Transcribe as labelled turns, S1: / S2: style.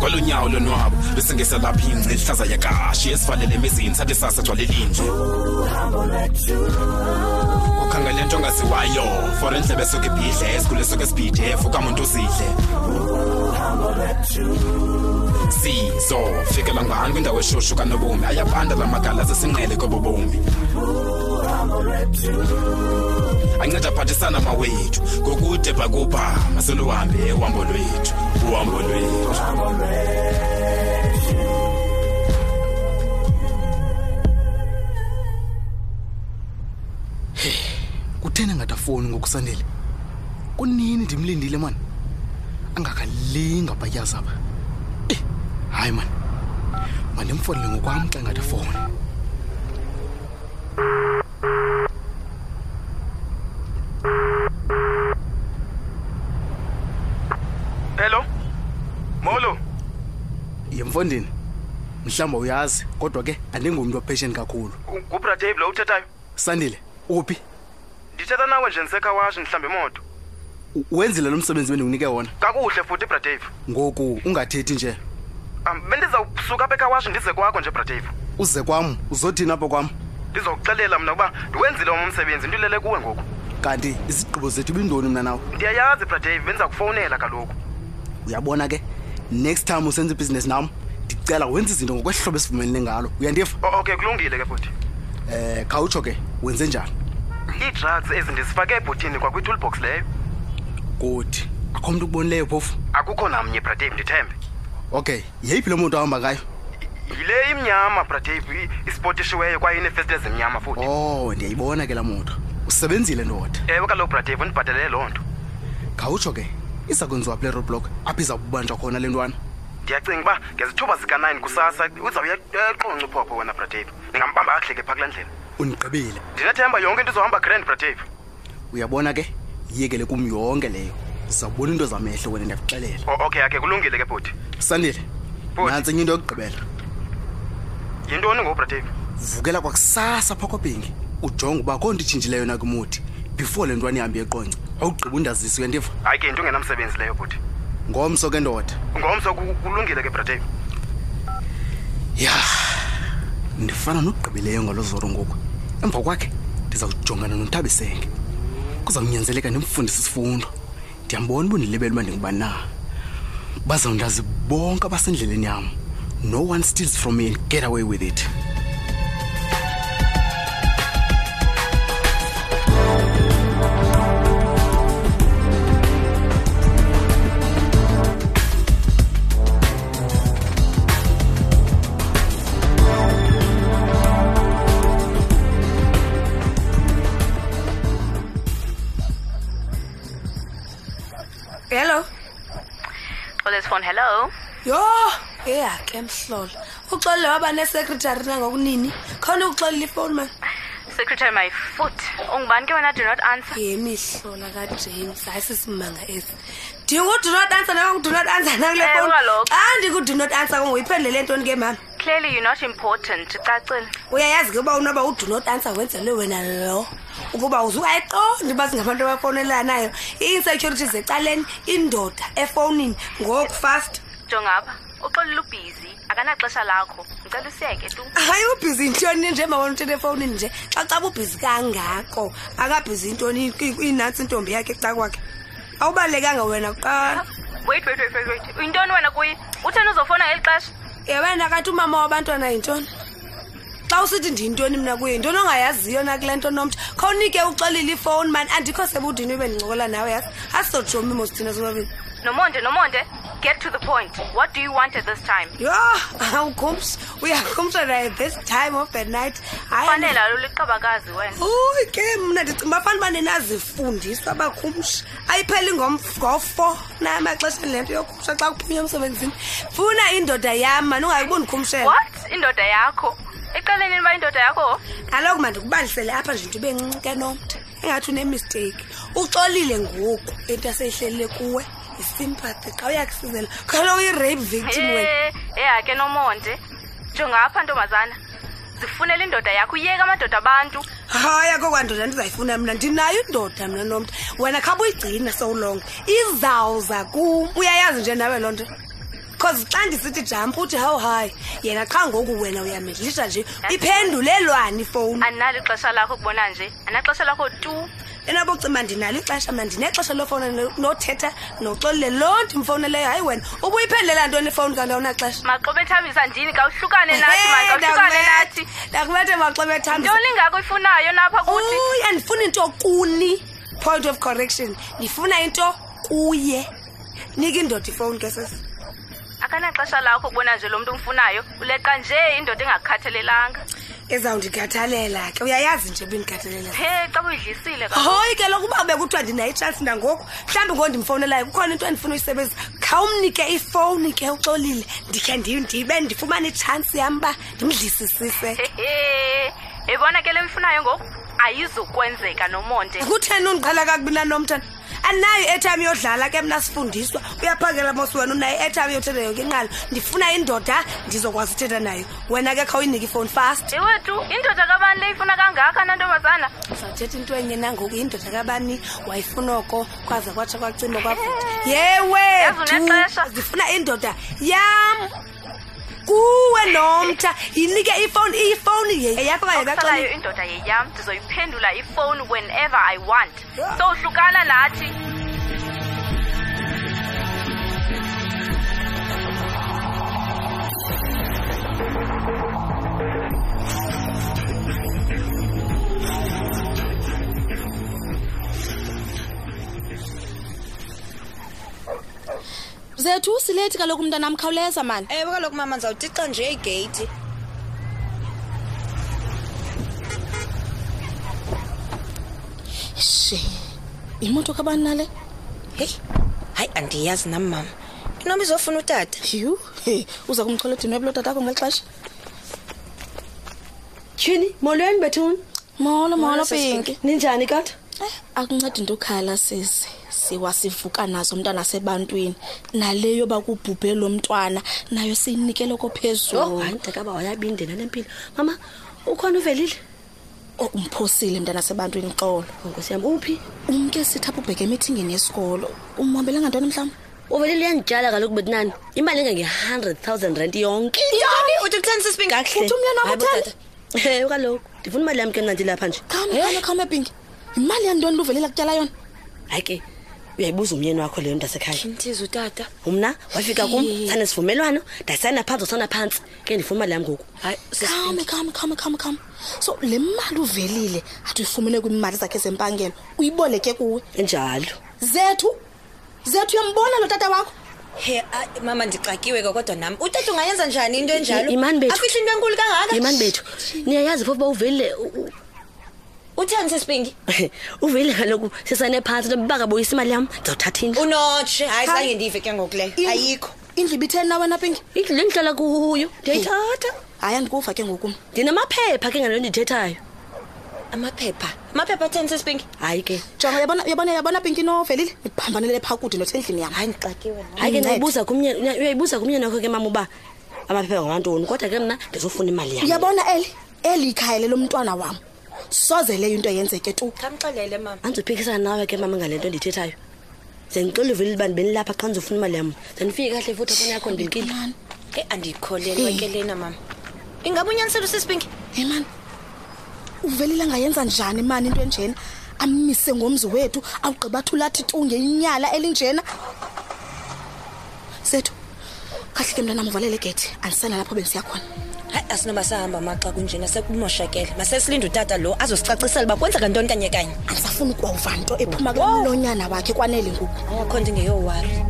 S1: kwalonyawo lonwabo bese ngesalapha ingce ihlaza yakashi esivalele emizini sathi sasa gcwalelinje ukhangele nto ongaziwayo for endlebe esuke ibhidle esikhule esuke esibhidef ukamuntu uzidle sizo fikela ngani kwindawo eshushu kanobomi ayabanda la magala zesinqele kobobomi anceda aphathisana mawethu ngokude bhakubha maseluhambe uhambo lwethu uhambo lwethu
S2: kutheni angatafowuni ngokusandile kunini ndimlindile mani angakalinga abhatyaza apha Eh, hayi mani mandimfowunele ngokwam xa ngathi fowuni
S3: Hello. Molo.
S2: yemfondini mhlawumbi uyazi kodwa ke andingumntu opatient kakhulu
S3: Ngubra Dave lo uthethayo.
S2: sandile uphi
S3: Ndithetha nawe nje ndisekawashi ndihlambe imoto.
S2: U- wenzile lo msebenzi bendikunike wona
S3: Kakuhle futhi Bra Dave.
S2: ngoku ungathethi nje
S3: Um bendizawusuka apha ekawashi ndize kwakho nje Bra Dave.
S2: uze kwam uzothini apho kwam
S3: Ndizokuxelela mna ukuba ndiwenzile omu msebenzi ndilele kuwe ngoku.
S2: kanti izigqibo zethu ibindoni mna nawe
S3: Ndiyayazi Bra Dave bendiza kufowunela kaloku.
S2: uyabona ke next time usenza ibhizinesi nam ndicela wenze izinto ngokwehlobo esivumelene ngalo uyandiva
S3: O- Okay kulungile ke futhi.
S2: um khawutsho ke wenze njani
S3: Ii-drugs ezi ndizifake ebhotini kwakwi-toolbox leyo.
S2: kuthi akho mntu ukubonileyo phofu
S3: Akukho namnye Bra Dave ndithembe.
S2: okay yeyiphi loo moto ahamba ngayo
S3: Yile imnyama Bra Dave i- isipotishiweyo kwaye ineefesti ezimnyama futhi.
S2: oh ndiyayibona ke laa moto usebenzile ndoda
S3: Ewe kaloku Bra Dave ndibhatalele loo nto.
S2: khawutsho ke iza kwenziwa kule roadblock apho iza kubanjwa khona le ntwana
S3: ndiyacinga uba ngezithuba zika-9 kusasa uzawuya eqonce uphopho wena bradave ndingambamba kakuhle ke phaa kulaa ndlela
S2: undigqibile
S3: ndinethemba yonke into izohamba grand bradave
S2: uyabona ke yiyekele kum yonke leyo uzawubona into zamehlo wena ndiyakuxelela
S3: o okay akhe kulungile ke bhuti
S2: sandile
S3: Bhuti.
S2: nantsi enye into yokugqibela
S3: yintoni ngoku bradave
S2: vukela kwakusasa phokobhingi ujonge uba akho nto itshintshileyo na kumudi before le ntwana ihambe eqonce awugqiba undazisi uyandiva
S3: hayi ke yinto engenamsebenzi leyo bhuti
S2: ngomso ke ndoda
S3: ngomso ku- kulungile ke bradave
S2: ya ndifana nogqibileyo ngalo zoro ngoku emva kwakhe ndizawujongana nontabisenge kuzawunyanzeleka ndimfundise isifundo ndiyambona ubundilibele uba ndingubani na bazawundazi bonke abasendleleni yam no one steals from me and get away with it
S4: hello
S5: Xolesifon, hello.
S4: yho eya ke mhlola uxolele waba nesekretari nangokunini khona ukuxolela ifowuni mani
S5: Secretary my foot. Ungubani ke wena do not answer?
S4: yemihlola kajames hayi sisimanga esi ndingudunot answer nangokudu-not answer nakule
S5: Eh,
S4: fowuni
S5: ungalokho.
S4: xa ndikudunot answer konguyiphendulele ntoni ke mama
S5: Clearly you're not important. Cacile.
S4: uyayazi ke uba unoba udunot answer wenzelwe wena lo ukuba uzukayiqondi uba singabantu abafowunelanayo ii-insecurity zecaleni indoda efowunini ngoku fast
S5: Jonga apha. Uxolile ubhizi. Akanaxesha lakho. Ngicela usiyeke tu.
S4: hayi ubhizi intoni nje mawona uthetha efowunini nje xa caba ubhizi kangako akabhizi intoni inantsi intombi yakhe xa kwakhe awubalulekanga wena kuqala
S5: Wait, wait, wait, wait, wait. Uyintoni wena kuye? Utheni uzofona ngeli xesha?
S4: yabana kanti umama wabantwana yintoni xa usithi ndiyintoni mna kuye yintoni ongayaziyo na kule nto nomtsha khawunike uxelile ifowuni mani andikho sebudini ube ndincokola nawe yazi asizojomi mosithina sobabini
S5: Nomonde, Nomonde. Get to the point. What do you want at this time?
S4: yho awukhumsha uyakhumsha naye this time of the night hayi
S5: Fanele alo liqabakazi wena.
S4: uyi ke mna ndicinga uba fanele uba ninazifundisa abakhumsha ayipheli ngom- ngo-four namaxesheni le nto yokhumsha xa kuphunywa emsebenzini funa indoda yam mani ungayiba undikhumshela
S5: What? Indoda yakho. Ixeleni uba indoda yakho.
S4: kaloku mandikubalisele apha nje into bencinci ke nomtha ingathi unemisteyiki uxolile ngoku into aseyihlelele kuwe yisympathy xa uyakusizela kaloku i-rape victim wena
S5: Eh, eh ke Nomonde. Jonga apha ntombazana. Zifunela indoda yakho. Uyeka amadoda abantu.
S4: hayi akho kwandoda ndizayifuna mna ndinayo indoda mna nomntu wena khaba uyigcina sowulonke izawuza kum uyayazi nje nawe loo nto kho because xa ndisithi jamp uthi hawu hayi yena qha ngoku wena uyamedlisha nje iphendulelwani ifowuni
S5: andinalo ixesha lakho kubona nje andinaxesha lakho tu
S4: enobucima ndinalo ixesha mandinexesha lofowuna nothetha noxolile loo nto mfowuneleyo hayi wena ubuyiphendulela ntoni ifowuni kanti awunaxesha
S5: maxobe ethambisa ndini kawuhlukane nathi
S4: Hey,
S5: mankahlukane
S4: Dakumete,
S5: nathi
S4: Dakumete, maxobe ethambisa.
S5: ntoni ngako ifunayo napha kuthi
S4: Uy, andifuni into kuni point of correction ndifuna into kuye nika indoda ifowuni ke sesi
S5: akanaxesha lakho kubona nje lo mntu umfunayo uleqa nje indoda engakhathalelanga
S4: ezawundigathalela ke uyayazi nje ubindigathalela
S5: he xa buyidlisile ka-
S4: hoyi ke lokuba bekuthiwa ndinayo itshansi nangoku mhlawumbi ngoku ndimfowunelayo kukhona into endifuna uyisebenzisa khawumnike ifowuni ke uxolile ndikhe ndi- ndibe ndifumane itshansi yam uba ndimdlisisise
S5: Hehe. yebona ke le mfunayo ngoku ayizukwenzeka nomonde
S4: kutheni undiqhela kakubi nanomthana andinayo i-airtime yodlala ke mna sifundiswa uyaphangela mos wena unayo i-airtime yothetha yonke inqalo ndifuna indoda ndizokwazi uthetha nayo wena ke khawuyinike ifowuni fast
S5: ewethu indoda kabani le ifuna kangaka nantombazana
S4: uzawuthetha into enye nangoku yindoda kabani wayifuna oko kwaza kwatsha kwacima kwavuta yewe
S5: Yazi
S4: du,
S5: unexesha.
S4: zifuna indoda yam kuwe nomtha yinike ifowuni iyifowuni ye- yeyakho
S5: okusalayo
S4: kanye
S5: indoda yeyam ndizoyiphendula ifowuni whenever i want sohlukana nathi
S6: zethu usilethi kaloku mntanam khawuleza mani
S7: ewe kaloku mama ndizawutixa nje igeyithi
S6: she yimoto kabani nale
S7: heyi hayi andiyazi nam mama inoba izofuna utata
S6: yhu he uza kumchola edinwebe lotatakho ngeli xesha
S8: tyhini molweni bethuni
S6: molo molo
S8: sisi
S6: pinki
S8: ninjani kata
S6: Eh, akuncedi into ukhala sisi siwa sivuka nazo umntwana sebantwini nale yoba kubhubhe lo mntwana nayo siyinikeleko
S7: Oh,
S6: phezulu
S8: Oh, hayi ndakaba wayabindela nempilo mama ukhona uvelile
S6: Oh, umphosile mntana sebantwini xolo
S8: onkosi yam uphi
S6: umke sithi apha ubheke emithingeni yesikolo umhambelanga ntoni mhlawumbi
S8: uvelile uyandityala kaloku betinani imali engange-hundred thousand rand yonke
S7: ntoni uthi kuhlani sisibingakuhle
S6: Uthi umyeni wakho uthanda?
S8: ewe kaloku ndifuna imali yam ke mna ndilapha nje
S6: khame khame khame pinki yimali yantoni luvelela kutyala yona
S8: hayi ke uyayibuza umyeni wakho leyo mntasekhaya
S7: ndize utata
S8: mna wafika kum
S6: Hey.
S8: sanesivumelwano ndasayina phantsi wasana phantsi ke ndifuna imali yam ngoku hayi sisi,
S6: khame khame khame khame khame so le mali uvelile athi uyifumene kwiimali zakhe zempangelo uyiboleke kuwe
S8: enjalo
S6: zethu zethu uyambona lo tata wakho
S7: he ayi, mama ndixakiwe ke kodwa nam utata ungayenza njani into enjalo
S8: Yimani bethu.
S7: afihle into enkulu kangaka
S8: yimani bethu niyayazi phofu uba uvelile
S7: uthani sisibingi
S8: uvelile kaloku sisane phantsi noba bakabuyisa imali yam ndizawuthatha indlu
S7: unotshe hayi
S6: Hayi.
S7: zange ndive ke ngoku leyo
S6: Indlu-
S7: ayikho
S6: indlu ibitheni na wena pinki
S8: Oh, indlu le ndihlala kuyo ndiyayithatha
S6: hayi andikuva ke ngoku mna.
S8: ndinamaphepha ke ngalo ndithethayo
S7: amaphepha amaphepha athani sisibingi
S8: hayi ke
S6: jonga yabona yabona yabona pinki novelile ndiphambanelele phaa kude nothe endlini yam
S7: hayi ndixakiwe nam
S8: hayi ke
S6: Ndincede.
S8: ndiyibuza kumnye- uya- uyayibuza kumyeni wakho ke mama uba amaphepha ngawantoni kodwa ke mna ndizofuna imali yam
S6: uyabona eli eli ikhayele lomntwana wam soze leyo into yenzeke tu
S7: khamxelele mama
S8: andizophikisana nawe ke mama ngale nto ndiyithethayo ze ndixele uvelile uba ndibenilapha xa ndizofuna imali yam ze ndifike kahle futhi afuna yakho ndilkile
S6: mani
S7: e andiyikholelwa ke lena mama ingaba unyaniselo sisibingi
S6: hey mani uvelile angayenza njani mani into enjena ammise ngomzi wethu awugqibathi ulathi tu ngeinyala elinjena zethu kahle ke mntanam uvalele igethi andisenalapho bendisiya khona
S7: hayi asinoba sahamba maxa kunjena sekumoshakele masesilinde utata lo azosicacisela uba kwenzeka ntoni kanye kanye
S6: andisafuni ukuwuva nto ephuma kulomlonyana wakhe kwanele ngoku
S7: awakho ndingeyowari